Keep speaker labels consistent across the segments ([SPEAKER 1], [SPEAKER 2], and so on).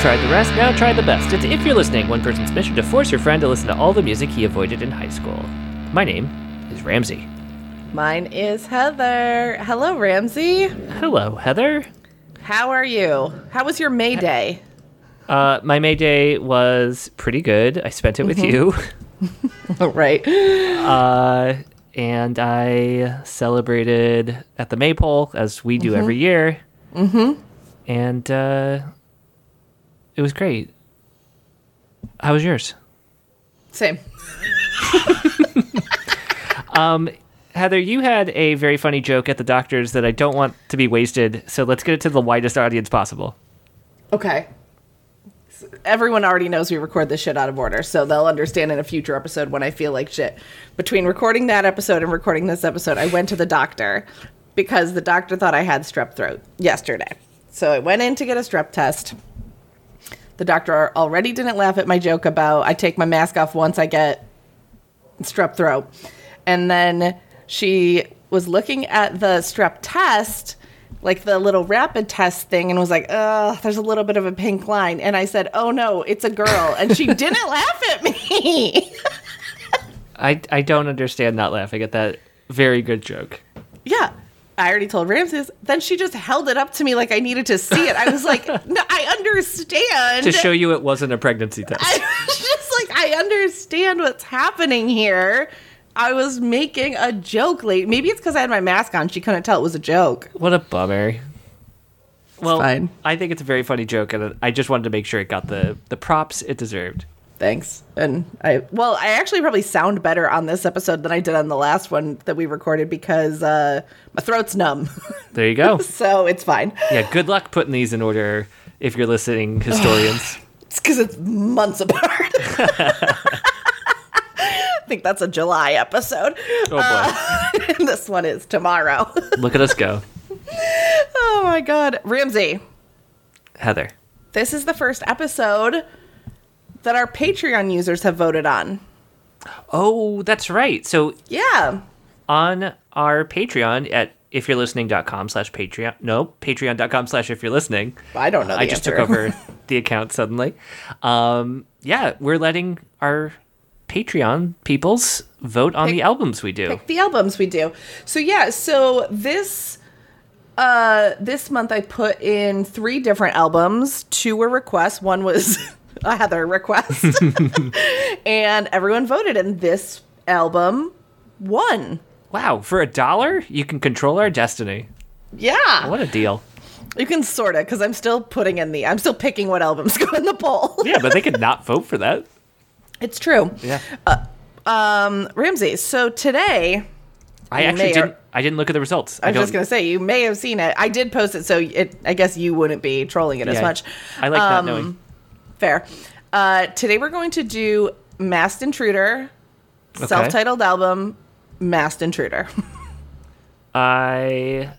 [SPEAKER 1] tried the rest, now try the best. It's If You're Listening, one person's mission to force your friend to listen to all the music he avoided in high school. My name is Ramsey.
[SPEAKER 2] Mine is Heather. Hello, Ramsey.
[SPEAKER 1] Hello, Heather.
[SPEAKER 2] How are you? How was your May Day?
[SPEAKER 1] Uh, my May Day was pretty good. I spent it with
[SPEAKER 2] right.
[SPEAKER 1] you. Uh, and I celebrated at the Maypole, as we do every year. Mm-hmm. And uh, it was great. How was yours?
[SPEAKER 2] Same.
[SPEAKER 1] Heather, you had a very funny joke at the doctor's that I don't want to be wasted, so let's get it to the widest audience possible.
[SPEAKER 2] Okay. S- Everyone already knows we record this shit out of order, so they'll understand in a future episode when I feel like shit. Between recording that episode and recording this episode, I went to the doctor because the doctor thought I had strep throat yesterday. So I went in to get a strep test. The doctor already didn't laugh at my joke about I take my mask off once I get strep throat. And then she was looking at the strep test, like the little rapid test thing, and was like, "Ugh, there's a little bit of a pink line. And I said, Oh no, it's a girl. And she didn't laugh at me.
[SPEAKER 1] I, I don't understand not laughing at that very good joke.
[SPEAKER 2] yeah. I already told Ramses. Then she just held it up to me like I needed to see it. I was like, no, I understand.
[SPEAKER 1] To show you it wasn't a pregnancy
[SPEAKER 2] I
[SPEAKER 1] test.
[SPEAKER 2] was just like, I understand what's happening here. I was making a joke late. Maybe it's because I had my mask on. She couldn't tell it was a joke.
[SPEAKER 1] What a bummer. Well,
[SPEAKER 2] fine.
[SPEAKER 1] I think it's a very funny joke, and I just wanted to make sure it got the, the props it deserved.
[SPEAKER 2] Thanks. And I, well, I actually probably sound better on this episode than I did on the last one that we recorded because uh, my throat's numb.
[SPEAKER 1] There you go.
[SPEAKER 2] so it's fine.
[SPEAKER 1] Yeah, good luck putting these in order if you're listening, historians.
[SPEAKER 2] It's because it's months apart. I think that's a July episode.
[SPEAKER 1] Oh boy.
[SPEAKER 2] and this one is tomorrow.
[SPEAKER 1] Look at us go.
[SPEAKER 2] oh my God. Ramsey,
[SPEAKER 1] Heather.
[SPEAKER 2] this is the first episode that our Patreon users have voted on.
[SPEAKER 1] Oh, that's right. So
[SPEAKER 2] Yeah.
[SPEAKER 1] on our Patreon at if you're listening.com slash Patreon. No, patreon.com slash if you're listening.
[SPEAKER 2] I don't know. The
[SPEAKER 1] I just took
[SPEAKER 2] answer.
[SPEAKER 1] over the account suddenly. Um, yeah, we're letting our Patreon peoples vote on the albums we do.
[SPEAKER 2] the albums we do. So yeah, so this uh this month I put in three different albums. Two were requests, one was a Heather request. and everyone voted and this album won.
[SPEAKER 1] Wow, for a dollar, you can control our destiny.
[SPEAKER 2] Yeah.
[SPEAKER 1] What a deal.
[SPEAKER 2] You can sort of cuz I'm still putting in the I'm still picking what albums go in the poll.
[SPEAKER 1] Yeah, but they could not vote for that.
[SPEAKER 2] It's true.
[SPEAKER 1] Yeah.
[SPEAKER 2] Uh, Ramsey, so today
[SPEAKER 1] I
[SPEAKER 2] you
[SPEAKER 1] actually
[SPEAKER 2] may
[SPEAKER 1] didn't
[SPEAKER 2] or-
[SPEAKER 1] I didn't look at the results.
[SPEAKER 2] I was just going to say you may have seen it. I did post it so it I guess you wouldn't be trolling it as much.
[SPEAKER 1] I like
[SPEAKER 2] Um,
[SPEAKER 1] not knowing.
[SPEAKER 2] Fair. Uh, today we're going to do Masked Intruder, self-titled album, Masked Intruder.
[SPEAKER 1] I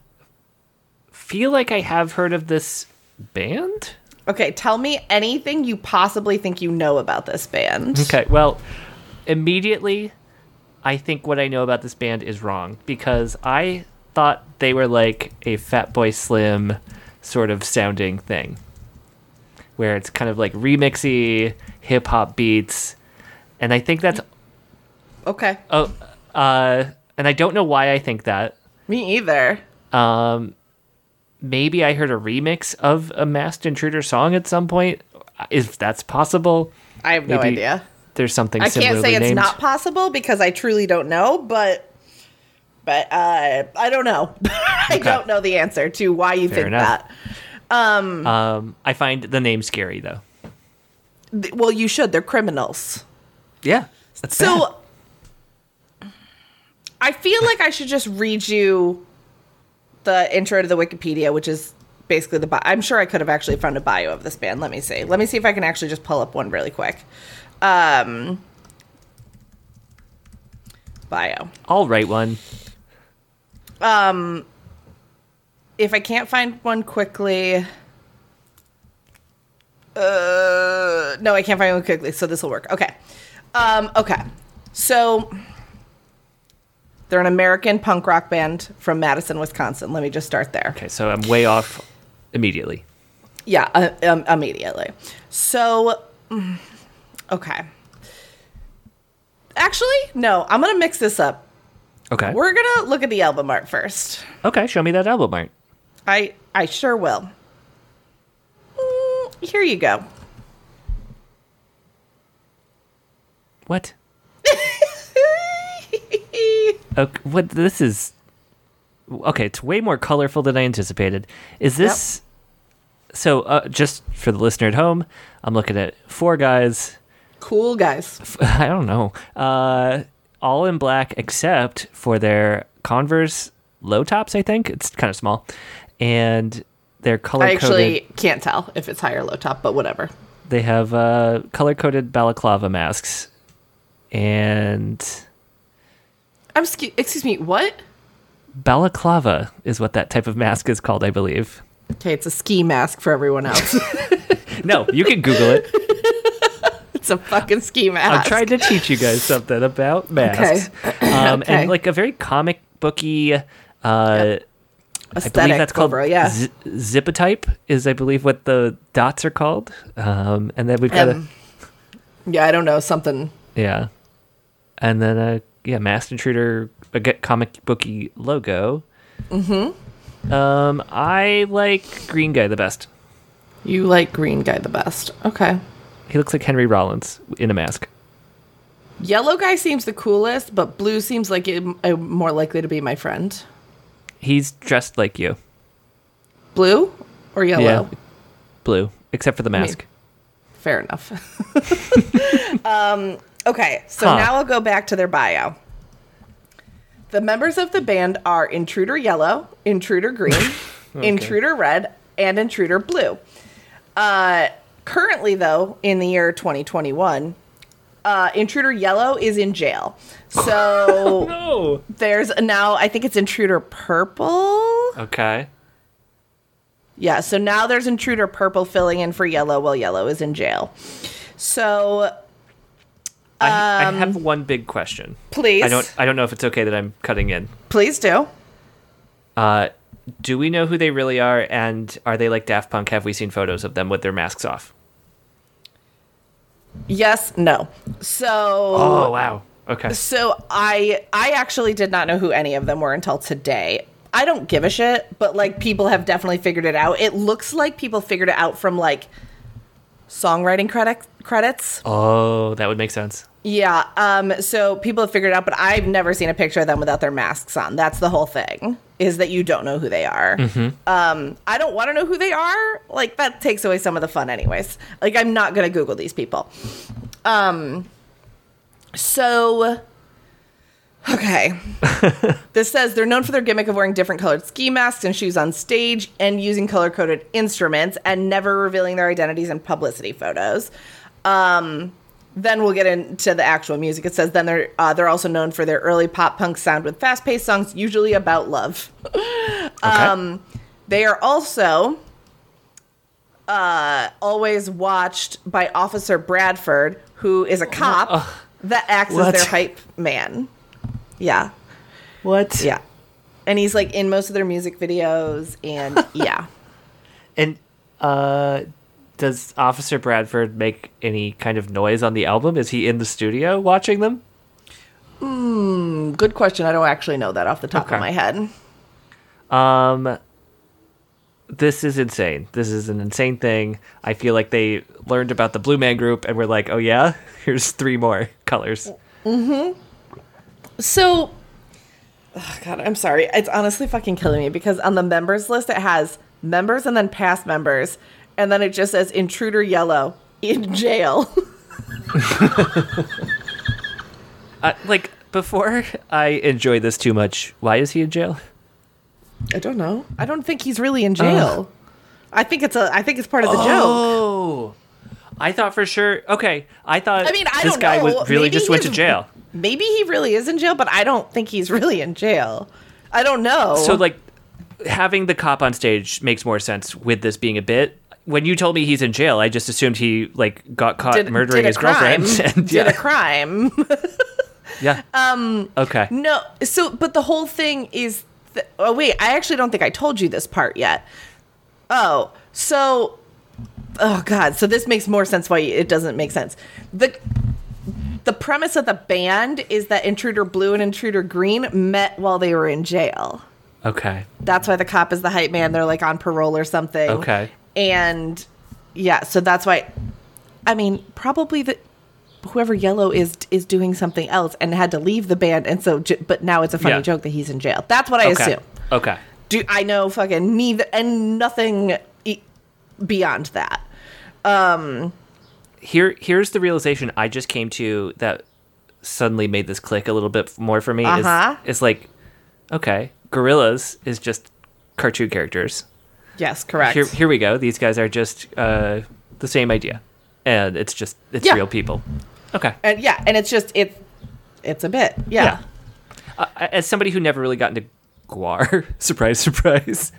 [SPEAKER 1] feel like I have heard of this band.
[SPEAKER 2] okay, tell me anything you possibly think you know about this band.
[SPEAKER 1] Okay, well, immediately, I think what I know about this band is wrong because I thought they were like a Fat Boy Slim sort of sounding thing, where it's kind of like remixy hip hop beats, and I think that's
[SPEAKER 2] Okay,
[SPEAKER 1] oh, uh, and I don't know why I think that.
[SPEAKER 2] me either.
[SPEAKER 1] Maybe I heard a remix of a Masked Intruder song at some point, if that's possible.
[SPEAKER 2] I have no
[SPEAKER 1] Maybe
[SPEAKER 2] idea.
[SPEAKER 1] There's something
[SPEAKER 2] I can't
[SPEAKER 1] similarly
[SPEAKER 2] say it's
[SPEAKER 1] named.
[SPEAKER 2] not possible because I truly don't know, but but uh, I don't know. I don't know the answer to why you think
[SPEAKER 1] enough.
[SPEAKER 2] that.
[SPEAKER 1] Um, I find the name scary though.
[SPEAKER 2] Th- Well, you should. They're criminals.
[SPEAKER 1] Yeah. That's
[SPEAKER 2] So I feel like I should just read you the intro to the Wikipedia, which is basically the bio. I'm sure I could have actually found a bio of this band. Let me see. Let me see if I can actually just pull up one really quick. Um, bio.
[SPEAKER 1] I'll write one.
[SPEAKER 2] If I can't find one quickly. Uh, no, I can't find one quickly, so this will work. Okay. Um, okay. So they're an American punk rock band from Madison, Wisconsin. Let me just start there.
[SPEAKER 1] Okay, so I'm way off immediately.
[SPEAKER 2] Yeah, uh, um, immediately. So, mm, okay. Actually, no, I'm going to mix this up.
[SPEAKER 1] Okay.
[SPEAKER 2] We're going to look at the album art first.
[SPEAKER 1] Okay, show me that album art.
[SPEAKER 2] I I sure will. Mm, here you go.
[SPEAKER 1] What? Okay, what this is okay it's way more colorful than i anticipated is this so uh, just for the listener at home i'm looking at four guys
[SPEAKER 2] cool guys.
[SPEAKER 1] i don't know uh, all in black except for their converse low tops i think it's kind of small and they're color
[SPEAKER 2] I
[SPEAKER 1] coded
[SPEAKER 2] actually can't tell if it's high or low top, but whatever.
[SPEAKER 1] they have uh, color coded balaclava masks and
[SPEAKER 2] I'm scu- excuse me, what?
[SPEAKER 1] balaclava is what that type of mask is called i believe
[SPEAKER 2] Okay, it's a ski mask for everyone else.
[SPEAKER 1] no you can google it
[SPEAKER 2] it's a fucking ski
[SPEAKER 1] I'm
[SPEAKER 2] mask.
[SPEAKER 1] trying to teach you guys something about masks. Um,
[SPEAKER 2] Okay.
[SPEAKER 1] And like a very comic booky, uh, I
[SPEAKER 2] Aesthetic
[SPEAKER 1] believe that's called
[SPEAKER 2] overall, yeah.
[SPEAKER 1] z- zipotype is I believe what the dots are called. Um, and then we've got
[SPEAKER 2] Um, yeah, I don't know, something
[SPEAKER 1] a, yeah, and then a yeah masked intruder a g- comic booky logo. Mm-hmm. Um, I like Green Guy the best.
[SPEAKER 2] you like green guy the best. Okay.
[SPEAKER 1] He looks like Henry Rollins in a mask.
[SPEAKER 2] Yellow guy seems the coolest, but blue seems like it, uh, more likely to be my friend.
[SPEAKER 1] He's dressed like you.
[SPEAKER 2] Blue or yellow?
[SPEAKER 1] Yeah, blue except for the mask.
[SPEAKER 2] Fair enough. um, okay, so
[SPEAKER 1] Huh.
[SPEAKER 2] now I'll go back to their bio. The members of the band are Intruder Yellow, Intruder Green, Intruder Red, and Intruder Blue. Uh, currently, though, in the year 2021, uh, Intruder Yellow is in jail. So
[SPEAKER 1] Oh.
[SPEAKER 2] there's now, I think it's Intruder Purple.
[SPEAKER 1] Okay.
[SPEAKER 2] Yeah, so now there's intruder purple filling in for yellow while yellow is in jail. So
[SPEAKER 1] I, I have one big question.
[SPEAKER 2] please,
[SPEAKER 1] I don't. I don't know if it's okay that I'm cutting in.
[SPEAKER 2] please do.
[SPEAKER 1] Uh, do we know who they really are, and are they like Daft Punk? Have we seen photos of them with their masks off?
[SPEAKER 2] Yes, no. So,
[SPEAKER 1] Oh wow. Okay.
[SPEAKER 2] so I I actually did not know who any of them were until today. I don't give a shit, but like people have definitely figured it out. It looks like people figured it out from like songwriting credit credits.
[SPEAKER 1] Oh, that would make sense.
[SPEAKER 2] Yeah. Um, so people have figured it out, but I've never seen a picture of them without their masks on. That's the whole thing is that you don't know who they are. Um, I don't want to know who they are. Like that takes away some of the fun anyways. Like I'm not going to Google these people. Um, so, okay. this says they're known for their gimmick of wearing different colored ski masks and shoes on stage and using color coded instruments and never revealing their identities in publicity photos then we'll get into the actual music. It says then they're uh, they're also known for their early pop punk sound with fast paced songs, usually about love.
[SPEAKER 1] Okay. Um,
[SPEAKER 2] They are also uh, always watched by Officer Bradford, who is a cop that acts
[SPEAKER 1] What?
[SPEAKER 2] as their hype man. Yeah,
[SPEAKER 1] what?
[SPEAKER 2] yeah, and he's like in most of their music videos, and yeah.
[SPEAKER 1] And uh, does Officer Bradford make any kind of noise on the album? Is he in the studio watching them?
[SPEAKER 2] Good question. I don't actually know that off the top
[SPEAKER 1] Okay.
[SPEAKER 2] of my head.
[SPEAKER 1] Um, this is insane. This is an insane thing. I feel like they learned about the Blue Man Group and were like, oh yeah, here's three more colors.
[SPEAKER 2] So, oh God, I'm sorry. It's honestly fucking killing me because on the members list it has members and then past members, and then it just says intruder yellow in jail.
[SPEAKER 1] Uh, like before, I enjoy this too much. Why is he in jail?
[SPEAKER 2] I don't know. I don't think he's really in jail. I think it's a. I think it's part of the joke.
[SPEAKER 1] Oh, I thought for sure. Okay, I thought.
[SPEAKER 2] I mean, I
[SPEAKER 1] this
[SPEAKER 2] don't
[SPEAKER 1] guy
[SPEAKER 2] know.
[SPEAKER 1] Was, really
[SPEAKER 2] Maybe
[SPEAKER 1] just went to
[SPEAKER 2] he's-
[SPEAKER 1] jail.
[SPEAKER 2] Maybe he really is in jail, but I don't think he's really in jail. I don't know.
[SPEAKER 1] So like, having the cop on stage makes more sense with this being a bit. When you told me he's in jail, I just assumed he like got caught murdering
[SPEAKER 2] a
[SPEAKER 1] his
[SPEAKER 2] crime,
[SPEAKER 1] girlfriend. And,
[SPEAKER 2] Did
[SPEAKER 1] yeah,
[SPEAKER 2] a crime.
[SPEAKER 1] yeah. Um. Okay.
[SPEAKER 2] No, so but the whole thing is. Th- oh wait, I actually don't think I told you this part yet. Oh, so oh god so this makes more sense why it doesn't make sense the the premise of the band is that intruder blue and intruder green met while they were in jail
[SPEAKER 1] Okay.
[SPEAKER 2] that's why the cop is the hype man they're like on parole or something
[SPEAKER 1] Okay.
[SPEAKER 2] and yeah so that's why i mean probably the whoever yellow is is doing something else and had to leave the band and so j- but now it's a funny
[SPEAKER 1] Yeah.
[SPEAKER 2] joke that he's in jail that's what i
[SPEAKER 1] okay.
[SPEAKER 2] assume
[SPEAKER 1] Okay.
[SPEAKER 2] do I know fucking neither and nothing e- beyond that.
[SPEAKER 1] Here, here's the realization I just came to that suddenly made this click a little bit more for me. is-
[SPEAKER 2] Uh-huh.
[SPEAKER 1] Is like, okay, gorillas is just cartoon characters.
[SPEAKER 2] Yes, correct.
[SPEAKER 1] Here, here we go. These guys are just uh, the same idea, and it's just it's
[SPEAKER 2] Yeah.
[SPEAKER 1] real people. Okay.
[SPEAKER 2] and yeah, and it's just it it's a bit. Yeah.
[SPEAKER 1] Yeah. Uh, as somebody who never really got into Guar, surprise, surprise.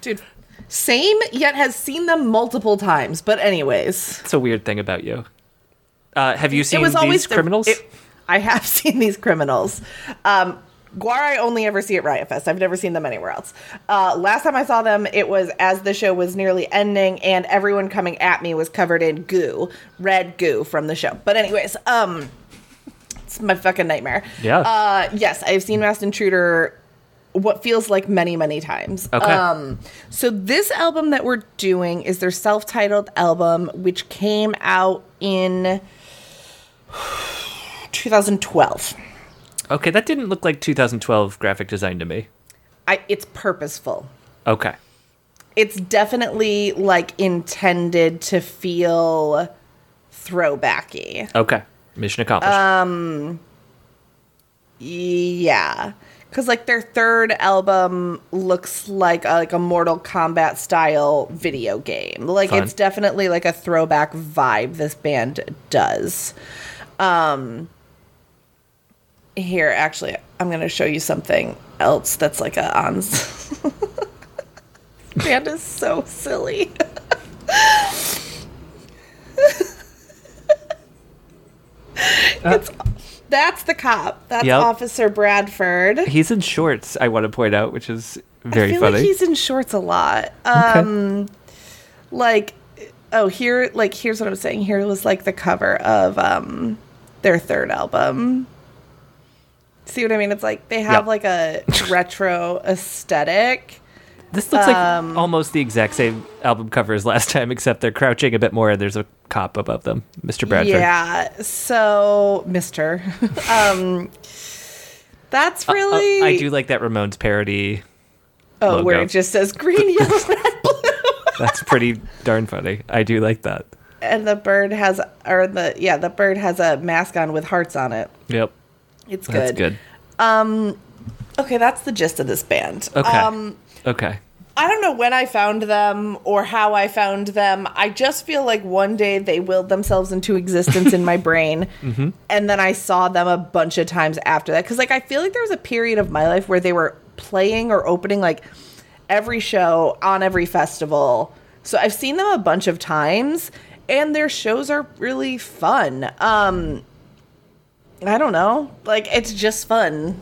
[SPEAKER 2] Dude, same yet has seen them multiple times, but anyways.
[SPEAKER 1] It's a weird thing about you. Uh, have you seen
[SPEAKER 2] it was
[SPEAKER 1] these
[SPEAKER 2] always
[SPEAKER 1] criminals?
[SPEAKER 2] it- I have seen these criminals. Um Guar, I only ever see at Riot Fest. I've never seen them anywhere else. Uh, last time I saw them, it was as the show was nearly ending, and everyone coming at me was covered in goo, red goo from the show. But anyways, um, it's my fucking nightmare.
[SPEAKER 1] Yeah.
[SPEAKER 2] Uh, yes, I've seen Masked Intruder what feels like many, many times.
[SPEAKER 1] Okay.
[SPEAKER 2] Um, so this album that we're doing is their self-titled album, which came out in 2012.
[SPEAKER 1] okay, that didn't look like 2012 graphic design to me.
[SPEAKER 2] I, it's purposeful.
[SPEAKER 1] Okay.
[SPEAKER 2] It's definitely like intended to feel throwbacky.
[SPEAKER 1] Okay. Mission accomplished.
[SPEAKER 2] Uh, Yeah. Cause like their third album looks like a, like a Mortal Kombat style video game. Like
[SPEAKER 1] Fun.
[SPEAKER 2] it's definitely like a throwback vibe. This band does. Um, here, actually, I'm gonna show you something else that's like a on. this band is so silly.
[SPEAKER 1] Uh,
[SPEAKER 2] it's that's the cop. That's
[SPEAKER 1] Yep.
[SPEAKER 2] Officer Bradford.
[SPEAKER 1] he's in shorts, I want to point out, which is very
[SPEAKER 2] I feel
[SPEAKER 1] funny.
[SPEAKER 2] like he's in shorts a lot. Um, like, oh, here, like, here's what I'm saying. Here was like the cover of um their third album. See what I mean? It's like they
[SPEAKER 1] Yep.
[SPEAKER 2] have like a retro aesthetic.
[SPEAKER 1] this looks
[SPEAKER 2] um,
[SPEAKER 1] like almost the exact same album cover as last time, except they're crouching a bit more and there's a cop above them, Mr. Bradford.
[SPEAKER 2] Yeah. So, Mister, um, that's
[SPEAKER 1] Oh,
[SPEAKER 2] really
[SPEAKER 1] I do like that Ramones parody.
[SPEAKER 2] oh, where
[SPEAKER 1] logo.
[SPEAKER 2] it just says green, yellow, red, blue.
[SPEAKER 1] That's pretty darn funny. I do like that.
[SPEAKER 2] and the bird has or the yeah the bird has a mask on with hearts on it
[SPEAKER 1] Yep.
[SPEAKER 2] it's good
[SPEAKER 1] That's good.
[SPEAKER 2] okay that's the gist of this band
[SPEAKER 1] Okay.
[SPEAKER 2] um
[SPEAKER 1] okay.
[SPEAKER 2] i don't know when i found them or how i found them i just feel like one day they willed themselves into existence in my brain and then i saw them a bunch of times after that because like i feel like there was a period of my life where they were playing or opening like every show on every festival so i've seen them a bunch of times and their shows are really fun um I don't know. Like it's just fun.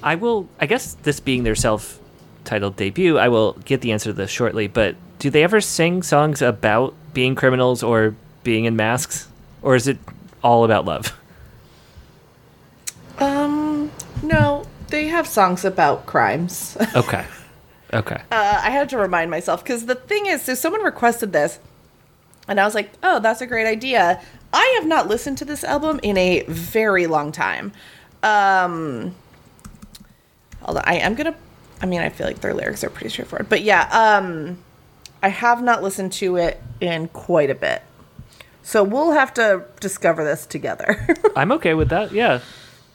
[SPEAKER 1] I will. I guess this being their self-titled debut, I will get the answer to this shortly. But do they ever sing songs about being criminals or being in masks, or is it all about love?
[SPEAKER 2] Um, no, they have songs about crimes. uh,
[SPEAKER 1] Okay, okay,
[SPEAKER 2] I had to remind myself because the thing is, so someone requested this, and I was like, "Oh, that's a great idea." I have not listened to this album in a very long time. Um, hold on, I am gonna. I mean, I feel like their lyrics are pretty straightforward, but yeah. Um, I have not listened to it in quite a bit, so we'll have to discover this together.
[SPEAKER 1] I'm okay with that. Yeah.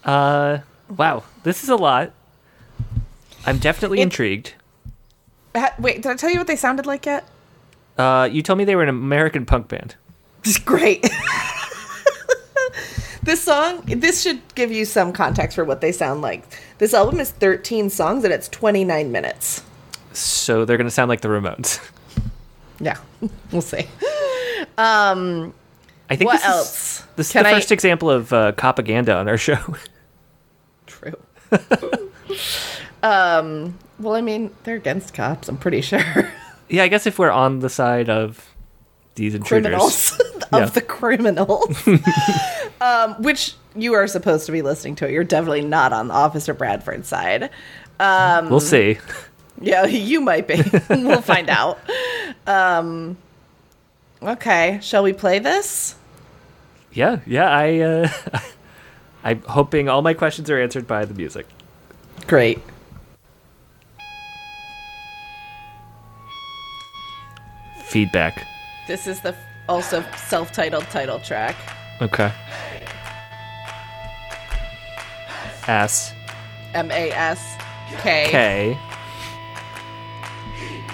[SPEAKER 1] Uh, wow, this is a lot. I'm definitely
[SPEAKER 2] It-
[SPEAKER 1] intrigued.
[SPEAKER 2] Ha- Wait, did I tell you what they sounded like yet?
[SPEAKER 1] Uh, you told me they were an American punk band.
[SPEAKER 2] Great. this song, this should give you some context for what they sound like. This album is 13 songs and it's 29 minutes.
[SPEAKER 1] So they're gonna sound like the Ramones.
[SPEAKER 2] Yeah, we'll see.
[SPEAKER 1] I think
[SPEAKER 2] What
[SPEAKER 1] this is-
[SPEAKER 2] else?
[SPEAKER 1] this is
[SPEAKER 2] Can
[SPEAKER 1] the
[SPEAKER 2] I-
[SPEAKER 1] first example of uh, propaganda on our show.
[SPEAKER 2] True. um, well, I mean, they're against cops, I'm pretty sure.
[SPEAKER 1] yeah, I guess if we're on the side of these intruders.
[SPEAKER 2] criminals of
[SPEAKER 1] Yeah.
[SPEAKER 2] the criminals, um, which you are supposed to be listening to. You're definitely not on Officer Bradford's side. Um,
[SPEAKER 1] we'll see.
[SPEAKER 2] Yeah, you might be. we'll find out. Um, okay, shall we play this?
[SPEAKER 1] Yeah, yeah. I uh, I'm hoping all my questions are answered by the music.
[SPEAKER 2] Great.
[SPEAKER 1] Feedback.
[SPEAKER 2] This is the f- also self-titled title track.
[SPEAKER 1] Okay. S
[SPEAKER 2] M A S K.
[SPEAKER 1] K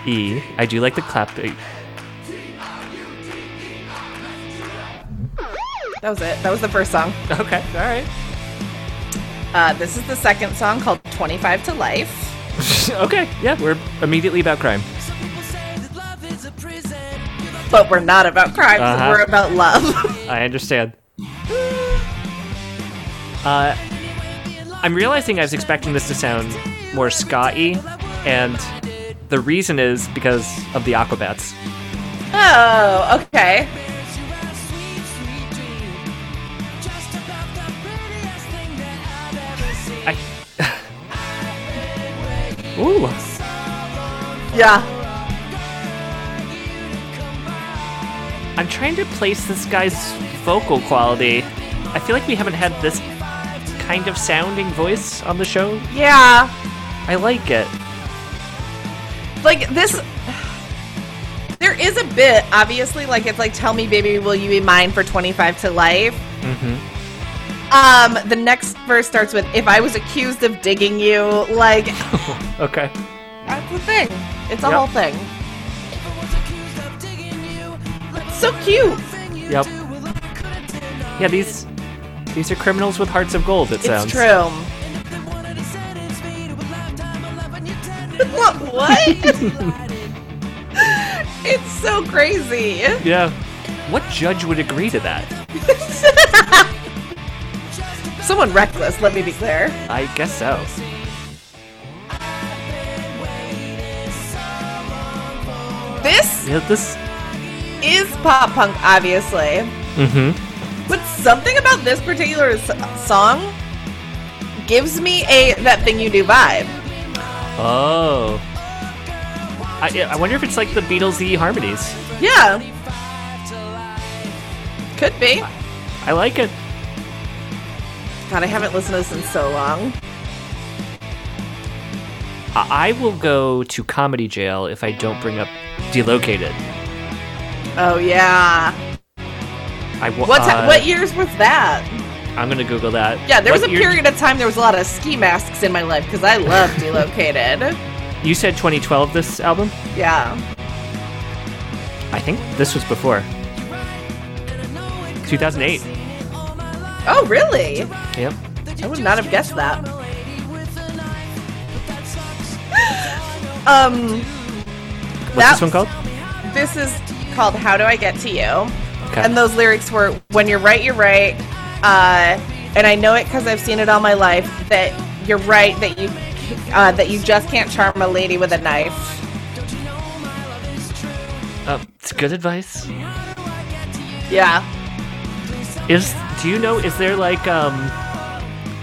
[SPEAKER 1] E. I do like the clapping.
[SPEAKER 2] That was it. That was the first song.
[SPEAKER 1] Okay. All right.
[SPEAKER 2] Uh, this is the second song called 25 to Life.
[SPEAKER 1] okay. Yeah, we're immediately about crime.
[SPEAKER 3] Some people say that love is a prison. Give up
[SPEAKER 2] But we're not about crimes,
[SPEAKER 1] Uh-huh.
[SPEAKER 2] we're about love.
[SPEAKER 1] I understand. Uh,
[SPEAKER 3] anyway, being loved
[SPEAKER 1] I'm realizing I was expecting this to sound more ska-y, and the reason is because of the Aquabats.
[SPEAKER 2] oh, okay.
[SPEAKER 3] is you a sweet, sweet dream. Just about the prettiest thing that I've ever seen.
[SPEAKER 1] I. Ooh.
[SPEAKER 2] Yeah.
[SPEAKER 1] I'm trying to place this guy's vocal quality. I feel like we haven't had this kind of sounding voice on the show.
[SPEAKER 2] Yeah.
[SPEAKER 1] I like it.
[SPEAKER 2] like this there is a bit obviously like it's like tell me baby will you be mine for 25 to life
[SPEAKER 1] Mm-hmm.
[SPEAKER 2] um the next verse starts with if i was accused of digging you like
[SPEAKER 1] Okay.
[SPEAKER 2] that's the thing it's a
[SPEAKER 1] Yep.
[SPEAKER 2] whole thing
[SPEAKER 3] If I was accused of digging you, love
[SPEAKER 2] so cute
[SPEAKER 3] thing you
[SPEAKER 1] Yep.
[SPEAKER 3] do, well, I could've denied
[SPEAKER 1] Yeah, these these are criminals with hearts of gold. It sounds.
[SPEAKER 2] it's true
[SPEAKER 3] And if they wanted to sentence me to a lifetime of loving you tenderly,
[SPEAKER 2] what what
[SPEAKER 3] delighted.
[SPEAKER 2] it's so crazy
[SPEAKER 1] Yeah. What judge would agree to that?
[SPEAKER 3] Just about
[SPEAKER 2] someone reckless let me be clear
[SPEAKER 1] I guess so.
[SPEAKER 2] this
[SPEAKER 1] Yeah, this.
[SPEAKER 2] is pop punk obviously
[SPEAKER 1] Mm-hmm.
[SPEAKER 2] But something about this particular s- song gives me a that thing you do vibe.
[SPEAKER 1] Oh. I, I wonder if it's like the Beatles' E harmonies.
[SPEAKER 2] Yeah. Could be.
[SPEAKER 1] I like it.
[SPEAKER 2] God, I haven't listened to this in so long.
[SPEAKER 1] I, I will go to comedy jail if I don't bring up Delocated.
[SPEAKER 2] Oh yeah.
[SPEAKER 1] I wa-
[SPEAKER 2] What ti
[SPEAKER 1] uh,
[SPEAKER 2] what years was that?
[SPEAKER 1] I'm gonna Google that.
[SPEAKER 2] Yeah, there was
[SPEAKER 1] What
[SPEAKER 2] a
[SPEAKER 1] year-
[SPEAKER 2] period of time there was a lot of ski masks in my life because I loved Delocated.
[SPEAKER 1] You said 2012. This album.
[SPEAKER 2] Yeah.
[SPEAKER 1] I think this was before. 2008.
[SPEAKER 2] Oh really?
[SPEAKER 1] Yep.
[SPEAKER 2] I would not have guessed that. um,
[SPEAKER 1] What's
[SPEAKER 2] That-
[SPEAKER 1] this one called?
[SPEAKER 2] this is called "How Do I Get to You."
[SPEAKER 1] Okay.
[SPEAKER 2] And those lyrics were, "When you're right, you're right," uh, and I know it because I've seen it all my life. That you're right. That you uh, that you just can't charm a lady with a knife.
[SPEAKER 1] Uh, it's good advice.
[SPEAKER 2] Yeah.
[SPEAKER 1] Is do you know? Is there like um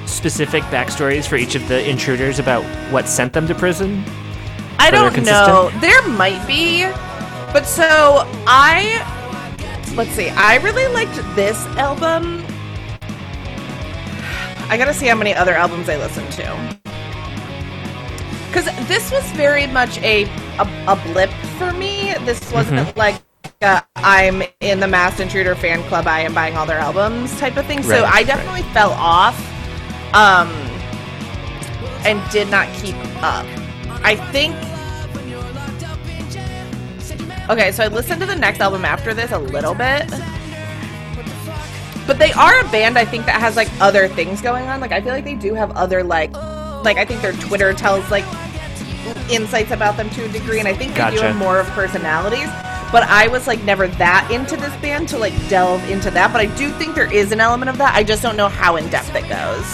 [SPEAKER 1] specific backstories for each of the intruders about what sent them to prison? So
[SPEAKER 2] I
[SPEAKER 1] they're
[SPEAKER 2] don't know. There might be, but so I let's see. I really liked this album. I gotta see how many other albums I listened to. Because this was very much a a, a blip for me. This wasn't
[SPEAKER 1] Mm-hmm.
[SPEAKER 2] like uh, I'm in the Mass Intruder fan club. I am buying all their albums type of thing. So
[SPEAKER 1] Right,
[SPEAKER 2] I definitely fell off. Um, and did not keep up. I think. Okay, so I listened to the next album after this a little bit. But they are a band I think that has like other things going on. Like I feel like they do have other like like I think their Twitter tells like insights about them to a degree and I think they do
[SPEAKER 1] Gotcha.
[SPEAKER 2] have more of personalities. But I was like never that into this band to like delve into that. But I do think there is an element of that. I just don't know how in depth it goes.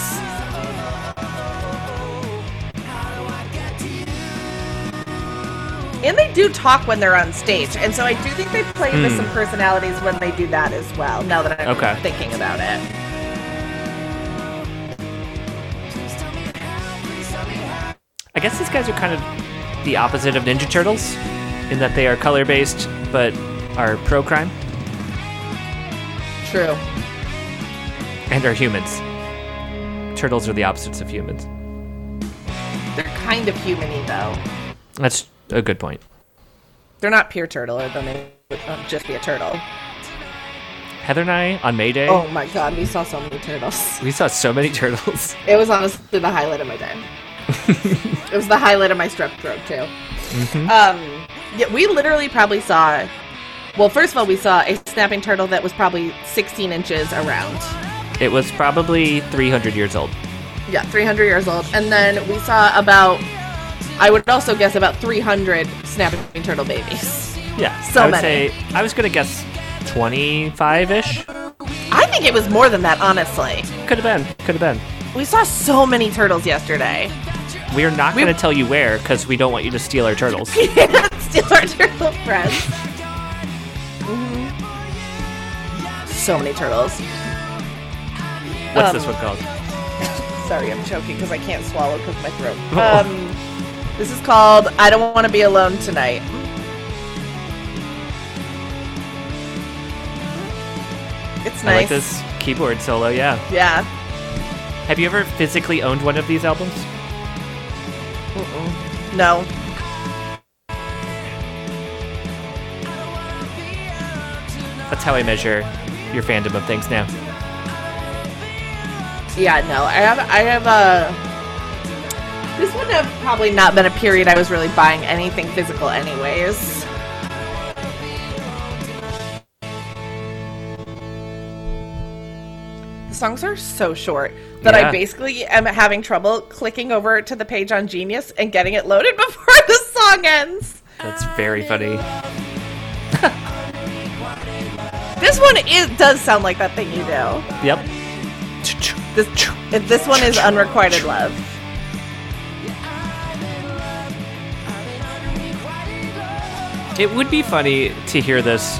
[SPEAKER 2] And they do talk when they're on stage. And so I do think they play into some personalities when they do that as well, now that I'm
[SPEAKER 1] Hmm. Okay.
[SPEAKER 2] thinking about it.
[SPEAKER 3] Please tell me how, please tell me how.
[SPEAKER 1] I guess these guys are kind of the opposite of Ninja Turtles in that they are color based but are pro crime
[SPEAKER 2] True.
[SPEAKER 1] and are humans. Turtles are the opposites of humans.
[SPEAKER 2] They're kind of human y, though.
[SPEAKER 1] That's a good point.
[SPEAKER 2] They're not pure turtle, or then they would uh, just be a turtle.
[SPEAKER 1] Heather and I on May Day,
[SPEAKER 2] Oh my god, we saw so many turtles.
[SPEAKER 1] we saw so many turtles.
[SPEAKER 2] It was honestly the highlight of my day. it was the highlight of my strep throat too. Um, yeah, we literally probably saw. Well, first of all, we saw a snapping turtle that was probably 16 inches around.
[SPEAKER 1] It was probably 300 years old.
[SPEAKER 2] Yeah, 300 years old. And then we saw about, I would also guess about 300 snapping turtle babies.
[SPEAKER 1] Yeah,
[SPEAKER 2] So
[SPEAKER 1] I would
[SPEAKER 2] many.
[SPEAKER 1] say I was gonna guess 25 ish.
[SPEAKER 2] I think it was more than that, honestly.
[SPEAKER 1] Could have been. Could have been.
[SPEAKER 2] We saw so many turtles yesterday.
[SPEAKER 1] We are not
[SPEAKER 2] We-
[SPEAKER 1] going to tell you where because we don't want you to steal our turtles.
[SPEAKER 2] Still our turtle friends. Mm-hmm. So many turtles.
[SPEAKER 1] What's
[SPEAKER 2] Um,
[SPEAKER 1] this one called?
[SPEAKER 2] Sorry, I'm choking because I can't swallow because my throat.
[SPEAKER 1] Oh.
[SPEAKER 2] Um, this is called "I Don't Want to Be Alone Tonight." It's nice.
[SPEAKER 1] I like this keyboard solo. Yeah.
[SPEAKER 2] Yeah.
[SPEAKER 1] Have you ever physically owned one of these albums?
[SPEAKER 2] No.
[SPEAKER 1] That's how I measure your fandom of things now.
[SPEAKER 2] Yeah. No. I have. I have a. This would have probably not been a period I was really buying anything physical, anyways. The songs are so short that I
[SPEAKER 1] Yeah.
[SPEAKER 2] basically am having trouble clicking over to the page on Genius and getting it loaded before the song ends.
[SPEAKER 1] That's very funny.
[SPEAKER 2] This one is, does sound like that thing you do.
[SPEAKER 1] Yep.
[SPEAKER 2] This, if this one is unrequited love.
[SPEAKER 1] It would be funny to hear this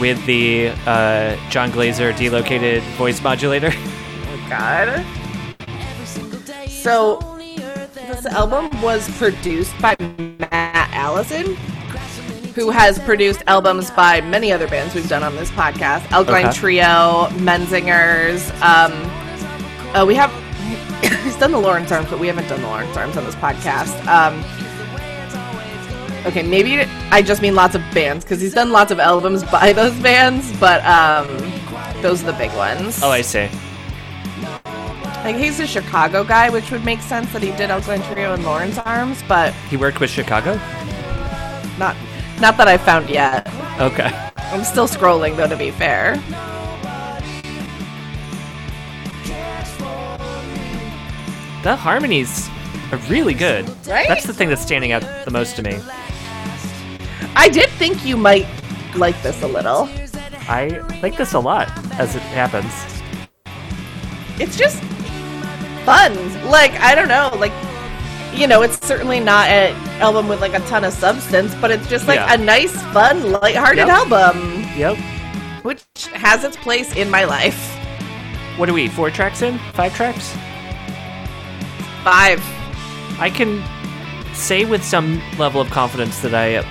[SPEAKER 1] with the uh, John Glazer delocated voice modulator.
[SPEAKER 2] Oh, God.
[SPEAKER 3] Every single day is
[SPEAKER 2] So,
[SPEAKER 3] only earth and
[SPEAKER 2] This album was produced by Matt Allison, who has produced albums by many other bands we've done on this podcast Alkaline
[SPEAKER 1] Okay.
[SPEAKER 2] Trio, Menzingers. Um, uh, we have. He's done the Lawrence Arms, but we haven't done the Lawrence Arms on this podcast. Um, okay, maybe I just mean lots of bands because he's done lots of albums by those bands, but um, those are the big ones.
[SPEAKER 1] Oh, I see.
[SPEAKER 2] Like he's a Chicago guy, which would make sense that he did Alkaline Trio and Lawrence Arms, but
[SPEAKER 1] He worked with Chicago?
[SPEAKER 2] not not that I found yet.
[SPEAKER 1] Okay.
[SPEAKER 2] I'm still scrolling though, to be fair.
[SPEAKER 1] The harmonies are really good.
[SPEAKER 2] Right?
[SPEAKER 1] That's the thing that's standing out the most to me.
[SPEAKER 2] I did think you might like this a little.
[SPEAKER 1] I like this a lot as it happens.
[SPEAKER 2] It's just fun. Like I don't know, like you know, it's certainly not an album with like a ton of substance, but it's just like
[SPEAKER 1] Yeah.
[SPEAKER 2] a nice, fun, lighthearted
[SPEAKER 1] Yep.
[SPEAKER 2] album,
[SPEAKER 1] Yep.
[SPEAKER 2] which has its place in my life.
[SPEAKER 1] What are we, four tracks in? Five tracks?
[SPEAKER 2] Five.
[SPEAKER 1] I can say with some level of confidence that I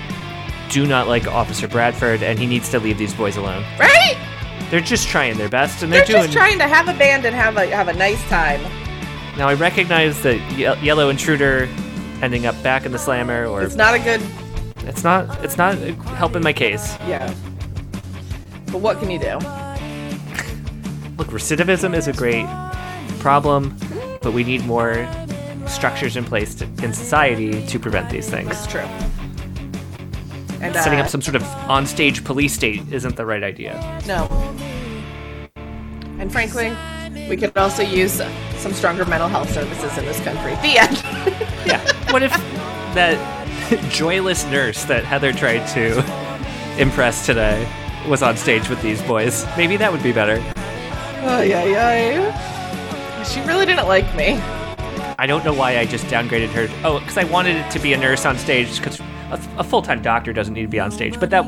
[SPEAKER 1] do not like Officer Bradford and he needs to leave these boys alone.
[SPEAKER 2] Right?
[SPEAKER 1] They're just trying their best and
[SPEAKER 2] They're
[SPEAKER 1] they're,
[SPEAKER 2] just
[SPEAKER 1] doing
[SPEAKER 2] trying to have a band and have a have a nice time.
[SPEAKER 1] Now I recognize that Ye- Yellow Intruder ending up back in the slammer or
[SPEAKER 2] It's not a good
[SPEAKER 1] it's not it's not helping my case.
[SPEAKER 2] yeah. But what can you do?
[SPEAKER 1] Look, recidivism is a great problem, but we need more structures in place to, in society to prevent these things.
[SPEAKER 2] It's true. And
[SPEAKER 1] Setting
[SPEAKER 2] uh,
[SPEAKER 1] up some sort of onstage police state isn't the right idea.
[SPEAKER 2] No. And frankly, we could also use some stronger mental health services in this country. The end.
[SPEAKER 1] Yeah. what if that joyless nurse that Heather tried to impress today was on stage with these boys? Maybe that would be better.
[SPEAKER 2] ay, ay, ay. She really didn't like me.
[SPEAKER 1] I don't know why I just downgraded her. Oh, because I wanted it to be a nurse on stage because a, a full-time doctor doesn't need to be on stage, but that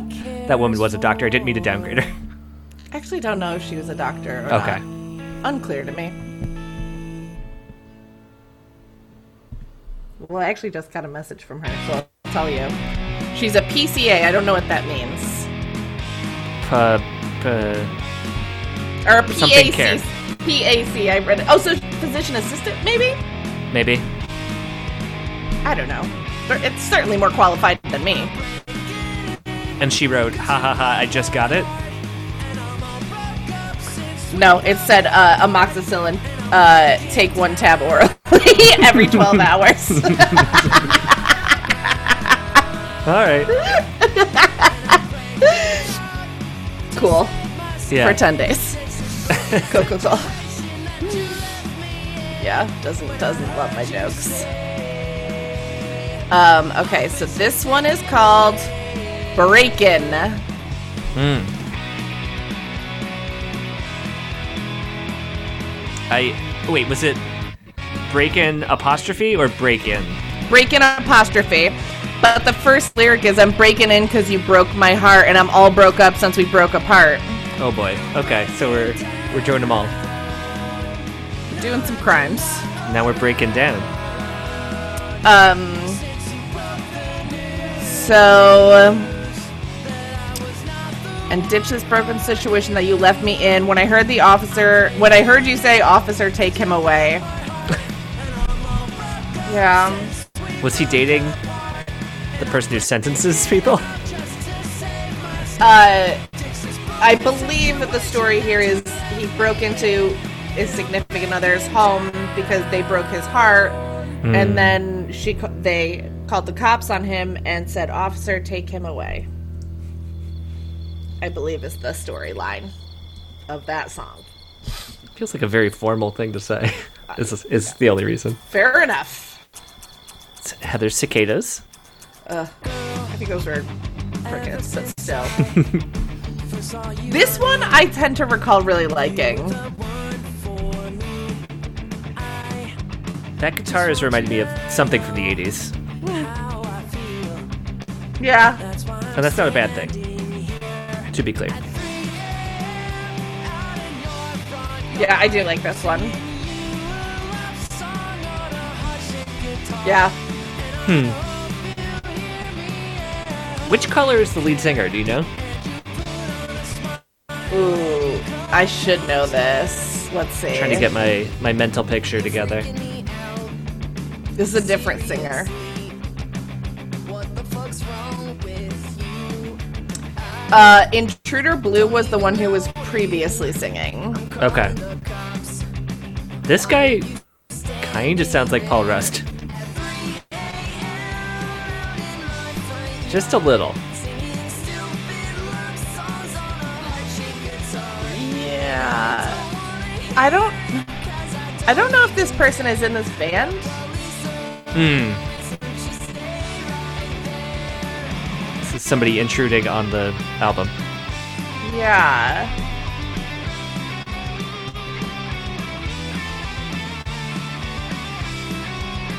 [SPEAKER 1] that woman was a doctor. I didn't mean to downgrade her.
[SPEAKER 2] I actually don't know if she was a doctor or
[SPEAKER 1] Okay.
[SPEAKER 2] not. Unclear to me. Well, I actually just got a message from her, so I'll tell you. She's a PCA. I don't know what that means.
[SPEAKER 1] Uh, uh,
[SPEAKER 2] Or a
[SPEAKER 1] Something
[SPEAKER 2] PAC.
[SPEAKER 1] care.
[SPEAKER 2] PAC. I read it. Oh, so physician assistant, maybe?
[SPEAKER 1] maybe.
[SPEAKER 2] I don't know. But It's certainly more qualified than me.
[SPEAKER 1] And she wrote, "Ha ha ha! I just got it."
[SPEAKER 2] No, it said uh, amoxicillin. Uh, take one tab orally every 12 hours.
[SPEAKER 1] All right.
[SPEAKER 2] cool.
[SPEAKER 1] Yeah.
[SPEAKER 2] for 10 days. cool, cool, cool. Yeah, doesn't doesn't love my jokes. Um, okay, so this one is called Breakin.
[SPEAKER 1] I wait. Was it break in apostrophe or break in?
[SPEAKER 2] Breakin apostrophe. But the first lyric is I'm breaking in cause you broke my heart and I'm all broke up since we broke apart.
[SPEAKER 1] Oh boy. Okay. So we're we're doing them all.
[SPEAKER 2] Doing some crimes.
[SPEAKER 1] Now we're breaking down.
[SPEAKER 2] Um so and ditch this broken situation that you left me in when I heard the officer when I heard you say officer take him away. yeah.
[SPEAKER 1] Was he dating the person who sentences people?
[SPEAKER 2] Uh I believe that the story here is he broke into his significant other's home because they broke his heart and then she ca- they called the cops on him and said officer take him away. I believe is the storyline of that song.
[SPEAKER 1] Feels like a very formal thing to say. is is the only reason.
[SPEAKER 2] Fair enough.
[SPEAKER 1] It's Heather's cicadas.
[SPEAKER 2] I think those were crickets, but still. this one I tend to recall really liking.
[SPEAKER 1] That guitar is reminding me of something from the '80s,
[SPEAKER 2] Yeah.
[SPEAKER 1] and that's not a bad thing. To be clear,
[SPEAKER 2] Yeah, I do like this one. Yeah.
[SPEAKER 1] which color is the lead singer? Do you know?
[SPEAKER 2] Ooh, I should know this. Let's see.
[SPEAKER 1] Trying to get my my mental picture together.
[SPEAKER 2] this is a different singer. Uh, Intruder Blue was the one who was previously singing.
[SPEAKER 1] Okay. This guy kind of sounds like Paul Rust. Just a little.
[SPEAKER 2] Yeah, I don't, I don't know if this person is in this band.
[SPEAKER 1] Hmm. This is somebody intruding on the album.
[SPEAKER 2] Yeah,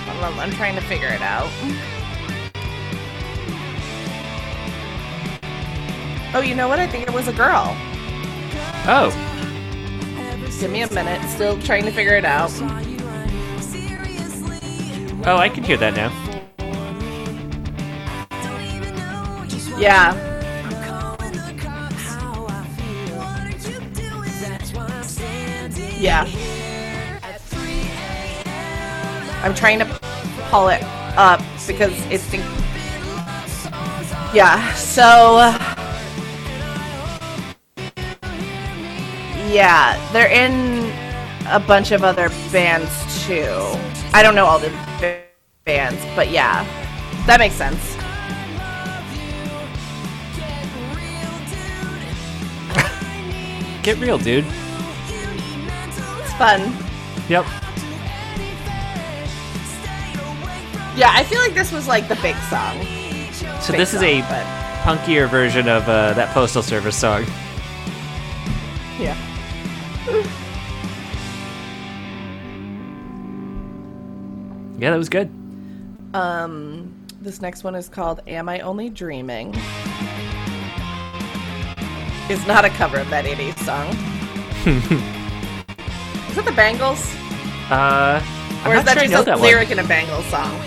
[SPEAKER 2] Hold on, I'm trying to figure it out. Oh, you know what? I think it was a girl.
[SPEAKER 1] Oh,
[SPEAKER 2] Give me a minute. Still trying to figure it out.
[SPEAKER 1] oh, I can hear that now.
[SPEAKER 2] Yeah. Yeah. I'm trying to pull it up because it's. In- yeah. So. Yeah, they're in a bunch of other bands too. I don't know all the ba- bands, but yeah, that makes sense.
[SPEAKER 1] Get real, dude.
[SPEAKER 2] It's fun.
[SPEAKER 1] Yep.
[SPEAKER 2] Yeah, I feel like this was like the big song.
[SPEAKER 1] So
[SPEAKER 2] Big
[SPEAKER 1] this is
[SPEAKER 2] song,
[SPEAKER 1] a
[SPEAKER 2] but-
[SPEAKER 1] punkier version of uh, that Postal Service song.
[SPEAKER 2] yeah.
[SPEAKER 1] Yeah, that was good.
[SPEAKER 2] Um, This next one is called Am I Only Dreaming? It's not a cover of that 80s song. is that the Bangles?
[SPEAKER 1] Uh, I'm
[SPEAKER 2] Or
[SPEAKER 1] not
[SPEAKER 2] is that
[SPEAKER 1] sure I
[SPEAKER 2] just
[SPEAKER 1] know
[SPEAKER 2] a
[SPEAKER 1] that
[SPEAKER 2] lyric
[SPEAKER 1] one.
[SPEAKER 2] in a Bangles song?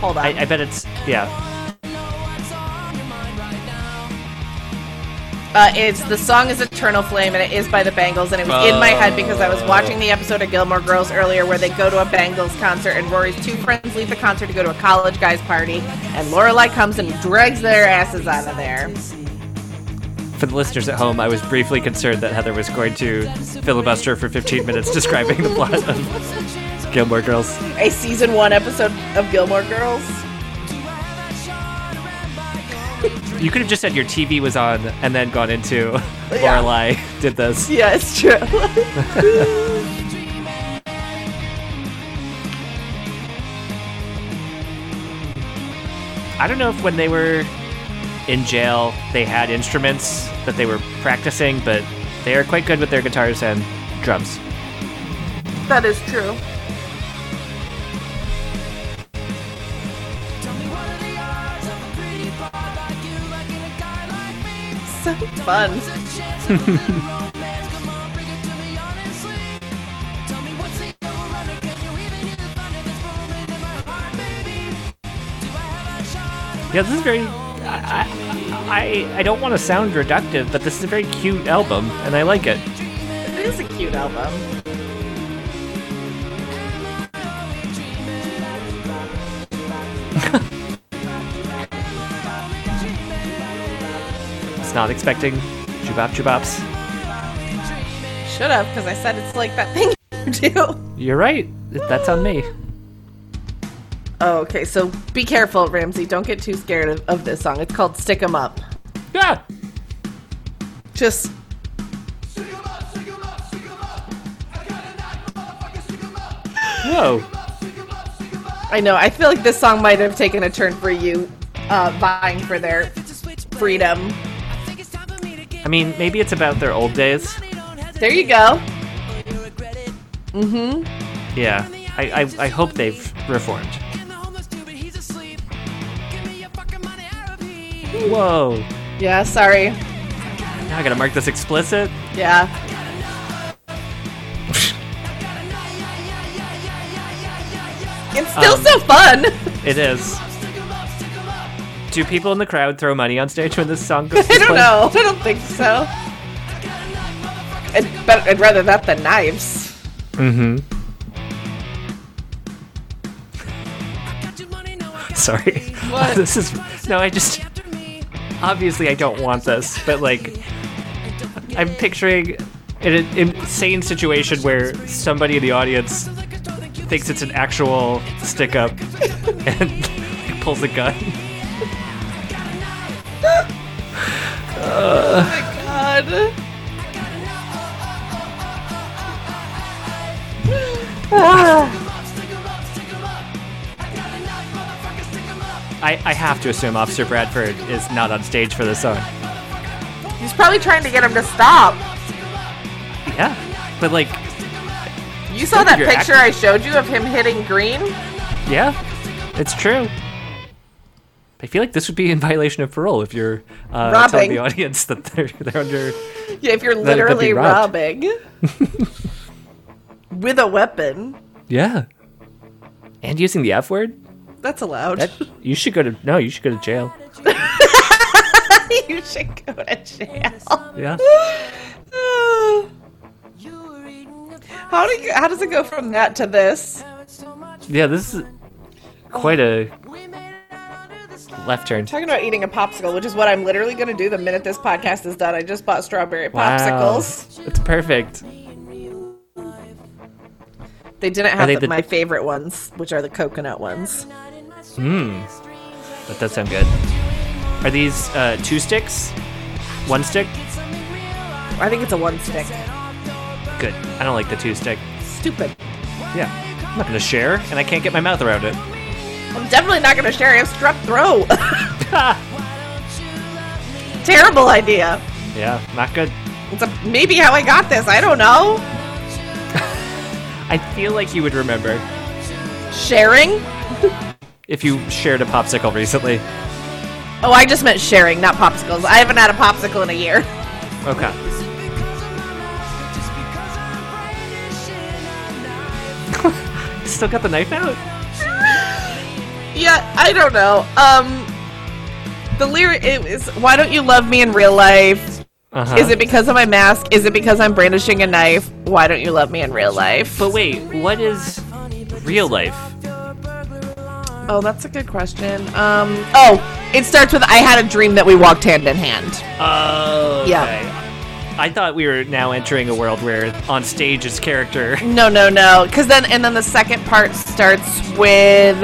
[SPEAKER 2] Hold on.
[SPEAKER 1] I, I bet it's yeah.
[SPEAKER 2] Uh, it's the song is Eternal Flame, and it is by the Bangles, and it was in my head because I was watching the episode of Gilmore Girls earlier where they go to a Bangles concert, and Rory's two friends leave the concert to go to a college guys party, and Lorelai comes and drags their asses out of there.
[SPEAKER 1] For the listeners at home, I was briefly concerned that Heather was going to filibuster for 15 minutes describing the plot of Gilmore Girls.
[SPEAKER 2] A season one episode of Gilmore Girls.
[SPEAKER 1] You could have just said your TV was on and then gone into
[SPEAKER 2] Yeah.
[SPEAKER 1] Lorelai did this.
[SPEAKER 2] Yeah, it's true.
[SPEAKER 1] I don't know if when they were in jail they had instruments that they were practicing, but they are quite good with their guitars and drums.
[SPEAKER 2] that is true. So fun.
[SPEAKER 1] Yeah, this is very. I I, I- I don't want to sound reductive, but this is a very cute album, and I like it.
[SPEAKER 2] It is a cute album.
[SPEAKER 1] It's not expecting jubop jubops.
[SPEAKER 2] Should have, because I said it's like that thing you do.
[SPEAKER 1] You're right. That's on me.
[SPEAKER 2] Oh, okay, so be careful, Ramsey. Don't get too scared of, of this song. It's called Stick 'em Up.
[SPEAKER 1] Yeah.
[SPEAKER 2] Just.
[SPEAKER 1] Whoa.
[SPEAKER 2] I know. I feel like this song might have taken a turn for you, uh, vying for their freedom.
[SPEAKER 1] I mean, maybe it's about their old days.
[SPEAKER 2] There you go.
[SPEAKER 1] Yeah. I, I, I hope they've reformed. Whoa.
[SPEAKER 2] Yeah, sorry.
[SPEAKER 1] Now I gotta mark this explicit.
[SPEAKER 2] Yeah. It's still
[SPEAKER 1] Um,
[SPEAKER 2] so fun.
[SPEAKER 1] It is. Do people in the crowd throw money on stage when this song goes?
[SPEAKER 2] I don't know. I don't think so. I'd, but I'd rather that than knives.
[SPEAKER 1] Mm-hmm. Sorry.
[SPEAKER 2] What?
[SPEAKER 1] this is no. I just obviously I don't want this, but like I'm picturing an insane situation where somebody in the audience thinks it's an actual stick up and like, pulls a gun.
[SPEAKER 2] God.
[SPEAKER 1] I, I have to assume Officer Bradford is not on stage for this song.
[SPEAKER 2] He's probably trying to get him to stop.
[SPEAKER 1] Yeah, but like
[SPEAKER 2] You saw that
[SPEAKER 1] Your
[SPEAKER 2] picture I showed you of him hitting green?
[SPEAKER 1] Yeah, it's true. I feel like this would be in violation of parole if you're uh, telling
[SPEAKER 2] Robbing.
[SPEAKER 1] the audience that they're they're under.
[SPEAKER 2] Yeah, if you're
[SPEAKER 1] that'd be
[SPEAKER 2] literally
[SPEAKER 1] robbed.
[SPEAKER 2] robbing with a weapon,
[SPEAKER 1] Yeah, and using the F word.
[SPEAKER 2] that's allowed.
[SPEAKER 1] That you should go to no, you should go to jail.
[SPEAKER 2] you should go to jail.
[SPEAKER 1] Yeah,
[SPEAKER 2] how do you, how does it go from that to this?
[SPEAKER 1] yeah. This is quite a left turn.
[SPEAKER 2] Talking about eating a popsicle, which is what I'm literally going to do the minute this podcast is done. I just bought strawberry
[SPEAKER 1] Wow,
[SPEAKER 2] popsicles.
[SPEAKER 1] it's perfect.
[SPEAKER 2] They didn't have
[SPEAKER 1] they
[SPEAKER 2] the-
[SPEAKER 1] the-
[SPEAKER 2] my favorite ones, which are the coconut ones.
[SPEAKER 1] Mmm, that does sound good. Are these uh, two sticks? One stick?
[SPEAKER 2] I think it's a one stick.
[SPEAKER 1] Good. I don't like the two stick.
[SPEAKER 2] Stupid.
[SPEAKER 1] Yeah, I'm not gonna share, and I can't get my mouth around it.
[SPEAKER 2] I'm definitely not going to share. I have strep throat. Terrible idea.
[SPEAKER 1] Yeah, not good.
[SPEAKER 2] It's a, maybe how I got this. I don't know.
[SPEAKER 1] I feel like you would remember.
[SPEAKER 2] Sharing?
[SPEAKER 1] if you shared a popsicle recently.
[SPEAKER 2] Oh, I just meant sharing, not popsicles. I haven't had a popsicle in a year.
[SPEAKER 1] Okay.
[SPEAKER 3] Is it because of my mouth? Just because I'm brandishing a knife?
[SPEAKER 1] Still got the knife out?
[SPEAKER 2] Yeah, I don't know. Um, the lyric it is "Why don't you love me in real life?
[SPEAKER 1] Uh-huh.
[SPEAKER 2] Is it because of my mask? Is it because I'm brandishing a knife? Why don't you love me in real life?"
[SPEAKER 1] But wait, what is real life?
[SPEAKER 2] oh, that's a good question. Um, oh, it starts with "I had a dream that we walked hand in hand."
[SPEAKER 1] Oh,
[SPEAKER 2] Yeah.
[SPEAKER 1] I thought we were now entering a world where on stage is character.
[SPEAKER 2] No, no, no. Because then, and then the second part starts with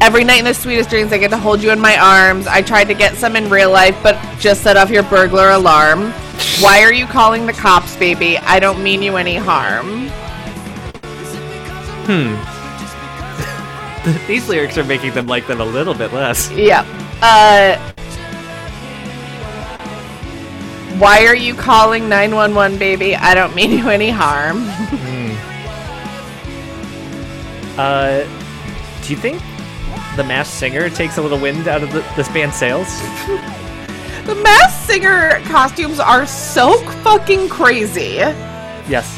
[SPEAKER 2] Every night in the sweetest dreams, I get to hold you in my arms. I tried to get some in real life, but just set off your burglar alarm. Why are you calling the cops, baby? I don't mean you any harm.
[SPEAKER 1] Hmm. These lyrics are making them like them a little bit less.
[SPEAKER 2] Yeah. Uh. Why are you calling 911, baby? I don't mean you any harm.
[SPEAKER 1] Uh, do you think the mass singer takes a little wind out of the, this band's sails?
[SPEAKER 2] The mass singer costumes are so fucking crazy.
[SPEAKER 1] Yes.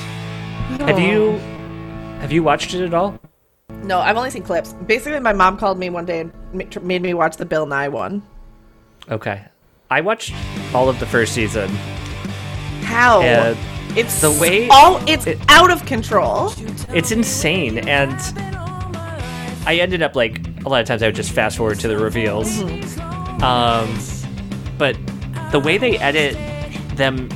[SPEAKER 1] Have you have you watched it at all?
[SPEAKER 2] No, I've only seen clips. Basically, my mom called me one day and ma- tr- made me watch the Bill Nye one.
[SPEAKER 1] Okay. I watched all of the first season.
[SPEAKER 2] How?
[SPEAKER 1] Yeah,
[SPEAKER 2] it's
[SPEAKER 1] the way-
[SPEAKER 2] all it's
[SPEAKER 1] it-
[SPEAKER 2] out of control.
[SPEAKER 1] It's insane and I ended up like a lot of times I would just fast forward to the reveals. Um but the way they edit them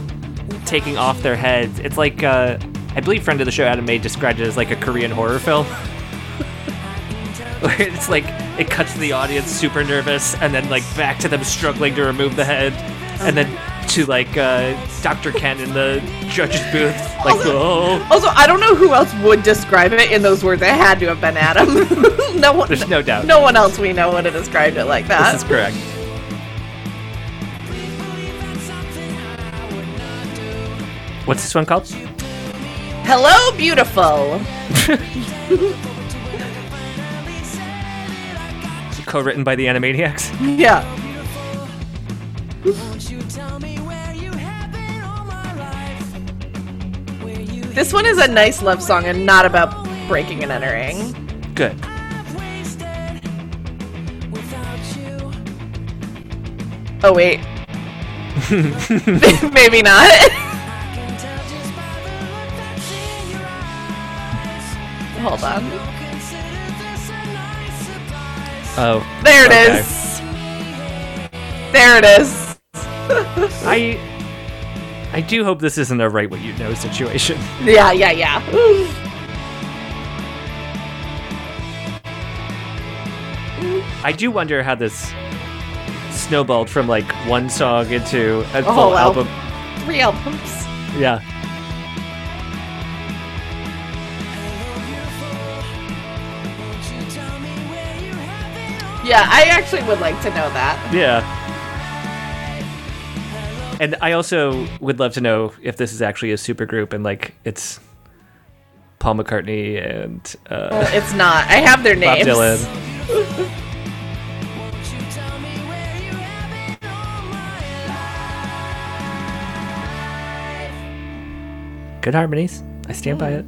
[SPEAKER 1] taking off their heads, it's like uh I believe friend of the show Adam May described it as like a Korean horror film. Where it's like it cuts to the audience super nervous and then like back to them struggling to remove the head and then to like uh Dr. Ken in the judge's booth like oh
[SPEAKER 2] Also, I don't know who else would describe it in those words. It had to have been Adam. no one,
[SPEAKER 1] There's no doubt.
[SPEAKER 2] No one else we know would have described it like that.
[SPEAKER 1] this is correct. What's this one called?
[SPEAKER 2] Hello, beautiful.
[SPEAKER 1] uh, Co-written by the Animaniacs.
[SPEAKER 2] Yeah.
[SPEAKER 3] Won't you tell me where you have been all my life? Where you
[SPEAKER 2] This one is a nice love song and not about breaking and entering.
[SPEAKER 1] Good.
[SPEAKER 3] have wasted without you.
[SPEAKER 2] Oh wait. Maybe not.
[SPEAKER 3] Can tell just by the look that's in your eyes.
[SPEAKER 2] Hold on.
[SPEAKER 3] Consider this a nice surprise.
[SPEAKER 1] Oh,
[SPEAKER 2] There it
[SPEAKER 1] Okay.
[SPEAKER 2] is. There it is.
[SPEAKER 1] I I do hope this isn't a right what you know situation.
[SPEAKER 2] Yeah, yeah, yeah. Ooh.
[SPEAKER 1] I do wonder how this snowballed from like one song into a, full
[SPEAKER 2] whole
[SPEAKER 1] album.
[SPEAKER 2] album. Three albums.
[SPEAKER 1] Yeah.
[SPEAKER 3] Won't you tell me where you have been all
[SPEAKER 2] Yeah, I actually would like to know that.
[SPEAKER 1] Yeah. And I also would love to know if this is actually a supergroup and like it's Paul McCartney and uh,
[SPEAKER 2] It's not. I have their
[SPEAKER 1] Bob
[SPEAKER 2] names.
[SPEAKER 1] Dylan.
[SPEAKER 3] Won't you tell me where you have been all my life?
[SPEAKER 1] Good harmonies. I stand by it.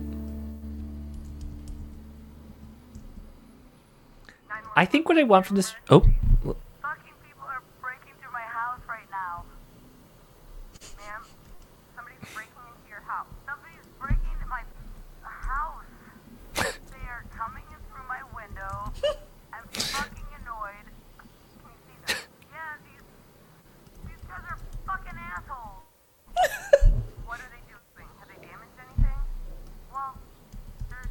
[SPEAKER 1] I think what I want from this. Oh,
[SPEAKER 4] Fucking people are breaking through my house right now. Ma'am, somebody's breaking into your house. Somebody's breaking into my house. They are coming in through my window. I'm fucking annoyed. Can you see them? Yeah, these these guys are fucking assholes. What are they doing? Have they damaged anything? Well, they're,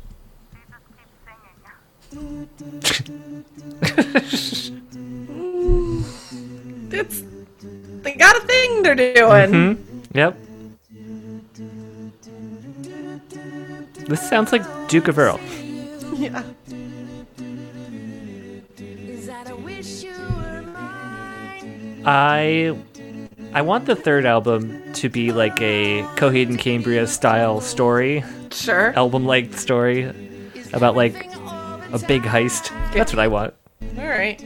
[SPEAKER 4] they just keep singing.
[SPEAKER 2] It's they got a thing they're doing.
[SPEAKER 1] yep. This sounds like Duke of Earl. Mm-hmm.
[SPEAKER 2] Yeah.
[SPEAKER 3] Is that I wish you were mine?
[SPEAKER 1] I I want the third album to be like a Coheed and Cambria style story,
[SPEAKER 2] Sure.
[SPEAKER 1] album length story about like a big heist. That's what I want.
[SPEAKER 2] All right.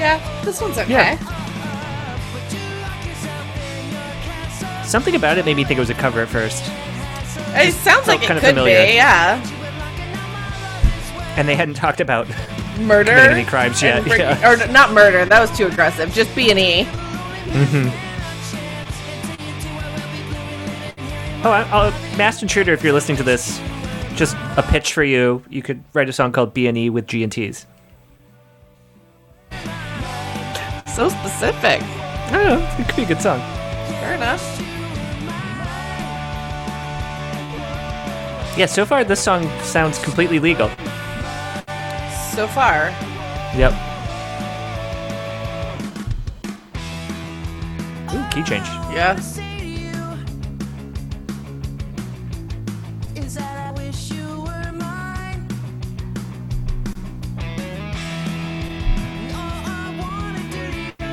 [SPEAKER 2] Yeah, this one's okay.
[SPEAKER 1] Yeah. Something about it made me think it was a cover at first,
[SPEAKER 2] It sounds like it
[SPEAKER 1] kind
[SPEAKER 2] could
[SPEAKER 1] of familiar.
[SPEAKER 2] be. Yeah.
[SPEAKER 1] and they hadn't talked about.
[SPEAKER 2] murder
[SPEAKER 1] committed any crimes yet,
[SPEAKER 2] and breaking-
[SPEAKER 1] yeah.
[SPEAKER 2] or n- not murder that was too aggressive just b and e
[SPEAKER 1] Oh, I, I'll, Master Intruder, if you're listening to this, just a pitch for you. You could write a song called B and E with G and T's.
[SPEAKER 2] so specific
[SPEAKER 1] I don't know. It could be a good song.
[SPEAKER 2] fair enough
[SPEAKER 1] Yeah. So far, this song sounds completely legal.
[SPEAKER 2] so far
[SPEAKER 1] Yep. Ooh, key change.
[SPEAKER 2] yeah
[SPEAKER 3] Is that I wish you were mine? And all I wanna do oh,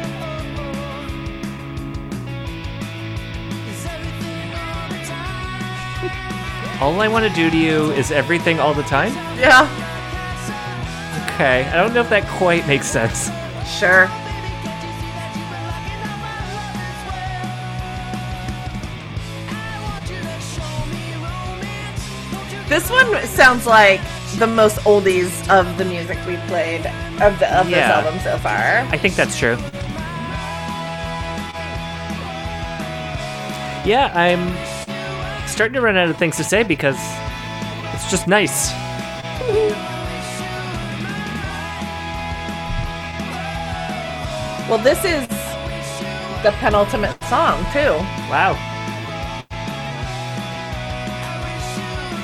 [SPEAKER 3] is everything all the time.
[SPEAKER 1] All I want to do to you is everything all the time.
[SPEAKER 2] yeah
[SPEAKER 1] Okay. I don't know if that quite makes sense.
[SPEAKER 2] sure
[SPEAKER 3] Baby, can't you see that you've been looking at my lover's world? I want you to show me romance. Don't you
[SPEAKER 2] this one sounds like the most oldies of the music we played of the of
[SPEAKER 1] Yeah.
[SPEAKER 2] this album so far
[SPEAKER 1] I think that's true. Yeah, I'm starting to run out of things to say because it's just nice.
[SPEAKER 2] well this is the penultimate song too
[SPEAKER 1] Wow.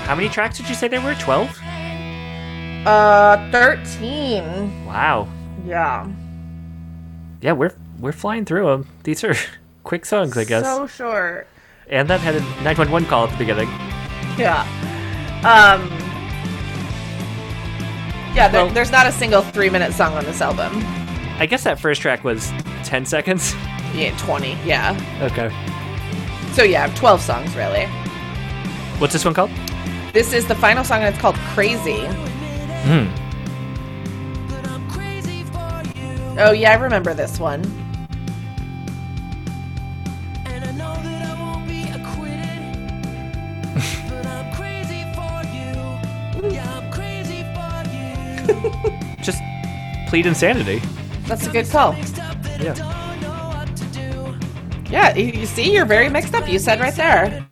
[SPEAKER 1] How many tracks did you say there were? 12?
[SPEAKER 2] uh 13
[SPEAKER 1] Wow.
[SPEAKER 2] yeah
[SPEAKER 1] Yeah, we're we're flying through them. These are quick songs, I guess.
[SPEAKER 2] so short
[SPEAKER 1] and that had a 911 call at the beginning.
[SPEAKER 2] Yeah. Um. Yeah, there,
[SPEAKER 1] Well-
[SPEAKER 2] there's not a single three minute song on this album.
[SPEAKER 1] I guess that first track was 10 seconds.
[SPEAKER 2] Yeah, 20. Yeah.
[SPEAKER 1] Okay.
[SPEAKER 2] So, yeah, 12 songs really.
[SPEAKER 1] What's this one called?
[SPEAKER 2] This is the final song, and it's called Crazy.
[SPEAKER 1] Hmm.
[SPEAKER 3] But I'm crazy for you,
[SPEAKER 2] Oh, yeah, I remember this one.
[SPEAKER 3] and I know that I won't be acquitted. but I'm crazy for you. Yeah, I'm crazy for you.
[SPEAKER 1] Just plead insanity.
[SPEAKER 2] That's a good call.
[SPEAKER 3] Mixed up that I
[SPEAKER 1] Yeah.
[SPEAKER 3] don't know what to do.
[SPEAKER 2] Yeah, you, you see, you're very mixed up. You said right there.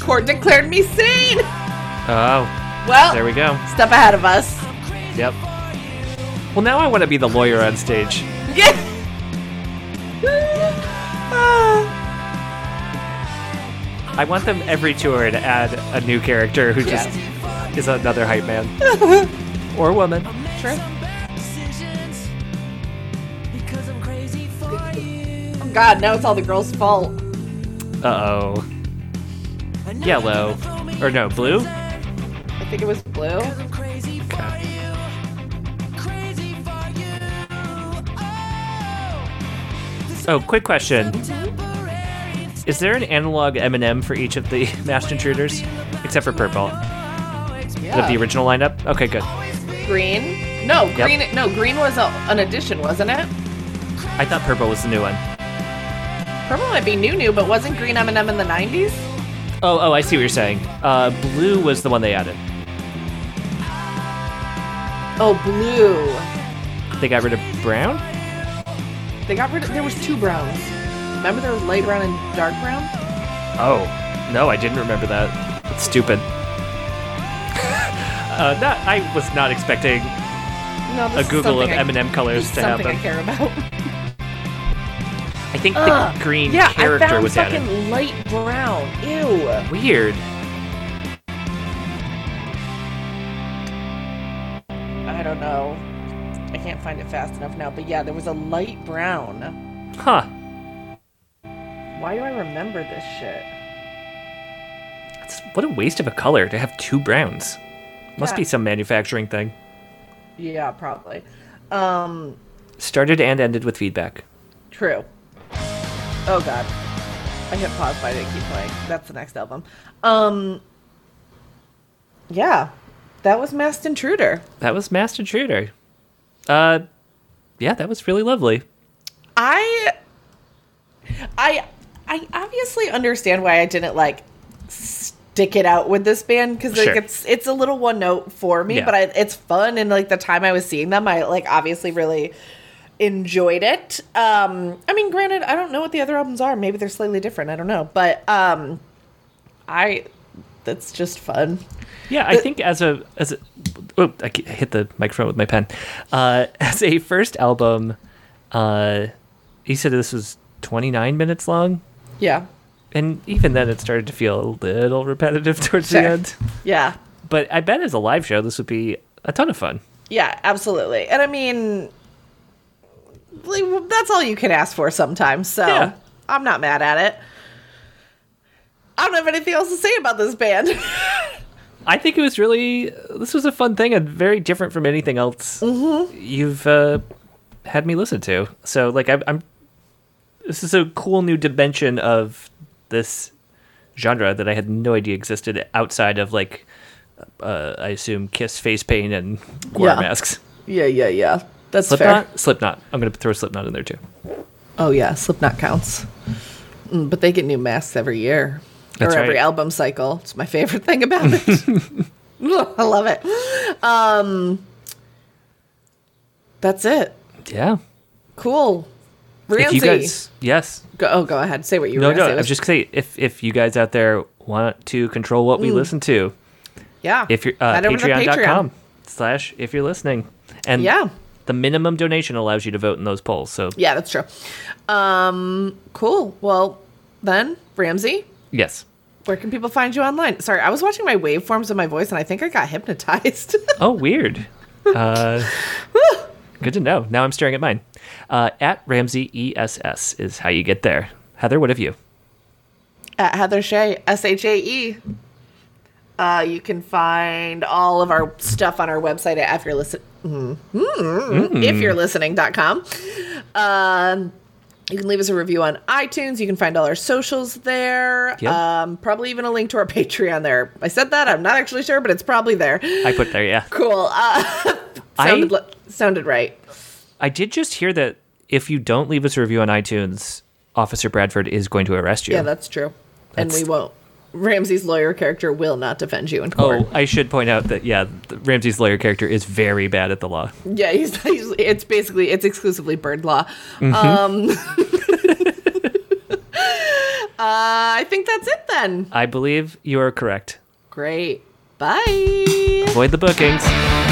[SPEAKER 2] Court declared me sane.
[SPEAKER 1] Oh,
[SPEAKER 2] Well,
[SPEAKER 1] there we go.
[SPEAKER 2] step ahead of us.
[SPEAKER 1] Yep. Well, now I want to be the lawyer on stage.
[SPEAKER 2] Yeah. Ah.
[SPEAKER 1] I want them every tour to add a new character who just is another hype man or woman.
[SPEAKER 2] Sure.
[SPEAKER 3] Some bad decisions because I'm crazy for you.
[SPEAKER 2] God, now it's all the girls' fault.
[SPEAKER 1] Uh oh.
[SPEAKER 3] I know
[SPEAKER 1] Yellow.
[SPEAKER 3] you're gonna throw me
[SPEAKER 1] Or no, blue?
[SPEAKER 2] I think it was blue.
[SPEAKER 3] Cause I'm crazy for you. Crazy for you. Oh,
[SPEAKER 1] Oh, quick question.
[SPEAKER 3] temporary
[SPEAKER 1] Is there an analog M&M for each of the masked intruders? Except for purple. Is that the
[SPEAKER 2] Yeah.
[SPEAKER 1] original lineup? Okay, good.
[SPEAKER 2] Green? No, green. No, green was a, an addition, wasn't it?
[SPEAKER 1] I thought purple was the new one.
[SPEAKER 2] Purple might be new, new, but wasn't green M and M in the '90s?
[SPEAKER 1] Oh, oh, I see what you're saying. Uh, blue was the one they added.
[SPEAKER 2] Oh, blue.
[SPEAKER 1] They got rid of brown?
[SPEAKER 2] They got rid of. There was two browns. Remember, there was light brown and dark brown.
[SPEAKER 1] Oh, no, I didn't remember that. That's stupid. uh, that, I was not expecting
[SPEAKER 2] No,
[SPEAKER 1] a
[SPEAKER 2] this is
[SPEAKER 1] Google of
[SPEAKER 2] something I-
[SPEAKER 1] M&M
[SPEAKER 2] this
[SPEAKER 1] colors
[SPEAKER 2] is
[SPEAKER 1] to
[SPEAKER 2] something I
[SPEAKER 1] happen.
[SPEAKER 2] care about.
[SPEAKER 1] I think the
[SPEAKER 2] Ugh.
[SPEAKER 1] green
[SPEAKER 2] yeah,
[SPEAKER 1] character
[SPEAKER 2] I found
[SPEAKER 1] was
[SPEAKER 2] fucking
[SPEAKER 1] added.
[SPEAKER 2] light brown. Ew.
[SPEAKER 1] Weird.
[SPEAKER 2] I don't know. I can't find it fast enough now, but yeah, there was a light brown.
[SPEAKER 1] Huh.
[SPEAKER 2] Why do I remember this shit?
[SPEAKER 1] I That's, what a waste of a color to have two browns. Must be
[SPEAKER 2] Yeah.
[SPEAKER 1] some manufacturing thing.
[SPEAKER 2] Yeah, probably. Um,
[SPEAKER 1] Started and ended with feedback.
[SPEAKER 2] True. Oh god. I hit pause but I didn't keep playing. That's the next album. Um Yeah. That was Masked Intruder.
[SPEAKER 1] That was Master Intruder. Uh, yeah, that was really lovely.
[SPEAKER 2] I I I obviously understand why I didn't like stick it out with this band because like
[SPEAKER 1] Sure.
[SPEAKER 2] it's it's a little one note for me,
[SPEAKER 1] Yeah.
[SPEAKER 2] but I, it's fun and like the time I was seeing them, I like obviously really enjoyed it. Um I mean, granted, I don't know what the other albums are. Maybe they're slightly different. I don't know, but um I that's just fun.
[SPEAKER 1] Yeah,
[SPEAKER 2] Uh,
[SPEAKER 1] I think as a as a, oh, I ca- hit the microphone with my pen. Uh, as a first album, uh, he said this was 29 minutes long,
[SPEAKER 2] Yeah.
[SPEAKER 1] and even then, it started to feel a little repetitive towards the
[SPEAKER 2] Sure.
[SPEAKER 1] end.
[SPEAKER 2] Yeah.
[SPEAKER 1] But I bet as a live show, this would be a ton of fun.
[SPEAKER 2] Yeah, absolutely. And I mean, like, that's all you can ask for sometimes. So
[SPEAKER 1] Yeah.
[SPEAKER 2] I'm not mad at it. I don't have anything else to say about this band.
[SPEAKER 1] I think it was really this was a fun thing and very different from anything else you've uh, had me listen to. So like I'm, I'm this is a cool new dimension of this genre that I had no idea existed outside of like uh, I assume Kiss, Face Paint, and War
[SPEAKER 2] Yeah.
[SPEAKER 1] Masks.
[SPEAKER 2] yeah, yeah, yeah. That's
[SPEAKER 1] Slipknot, Slipknot. I'm gonna throw Slipknot in there too.
[SPEAKER 2] Oh yeah, Slipknot counts. Mm, but they get new masks every year
[SPEAKER 1] That's
[SPEAKER 2] or every
[SPEAKER 1] right.
[SPEAKER 2] album cycle. It's my favorite thing about it. I love it. Um, that's it.
[SPEAKER 1] Yeah.
[SPEAKER 2] Cool.
[SPEAKER 1] If
[SPEAKER 2] Rancy.
[SPEAKER 1] you guys, yes,
[SPEAKER 2] go, oh, go ahead. Say what you
[SPEAKER 1] no,
[SPEAKER 2] were
[SPEAKER 1] no.
[SPEAKER 2] going to say. It
[SPEAKER 1] I'm
[SPEAKER 2] was-
[SPEAKER 1] just saying if if you guys out there want to control what we listen to,
[SPEAKER 2] Yeah.
[SPEAKER 1] if you're uh,
[SPEAKER 2] Head over to the
[SPEAKER 1] patreon.com slash if you're listening and
[SPEAKER 2] Yeah.
[SPEAKER 1] the minimum donation allows you to vote in those polls so
[SPEAKER 2] Yeah, that's true. Um, cool. Well, then, Ramsey,
[SPEAKER 1] yes
[SPEAKER 2] where can people find you online? Sorry, I was watching my waveforms of my voice and I think I got hypnotized.
[SPEAKER 1] oh weird uh, good to know now i'm staring at mine uh, at ramsey ess is how you get there heather what have you
[SPEAKER 2] At Heather Shea, S H A E. Uh, you can find all of our stuff on our website at if you're listening. mm-hmm.
[SPEAKER 1] Mm-hmm.
[SPEAKER 2] If you're listening.com. Um, you can leave us a review on iTunes. You can find all our socials there.
[SPEAKER 1] Yeah.
[SPEAKER 2] Um, probably even a link to our Patreon there. I said that. I'm not actually sure, but it's probably there.
[SPEAKER 1] i put there yeah
[SPEAKER 2] Cool. Uh,
[SPEAKER 1] I,
[SPEAKER 2] sounded, li- sounded right.
[SPEAKER 1] I did just hear that if you don't leave us a review on itunes officer bradford is going to arrest you
[SPEAKER 2] Yeah, that's true. and
[SPEAKER 1] That's-
[SPEAKER 2] we won't. Ramsey's lawyer character will not defend you in court.
[SPEAKER 1] Oh, I should point out that yeah, the- Ramsey's lawyer character is very bad at the law.
[SPEAKER 2] Yeah, he's, he's- it's basically it's exclusively bird law. Um, uh, I think that's it then.
[SPEAKER 1] I believe you are correct.
[SPEAKER 2] Great. Bye.
[SPEAKER 1] Avoid the bookings.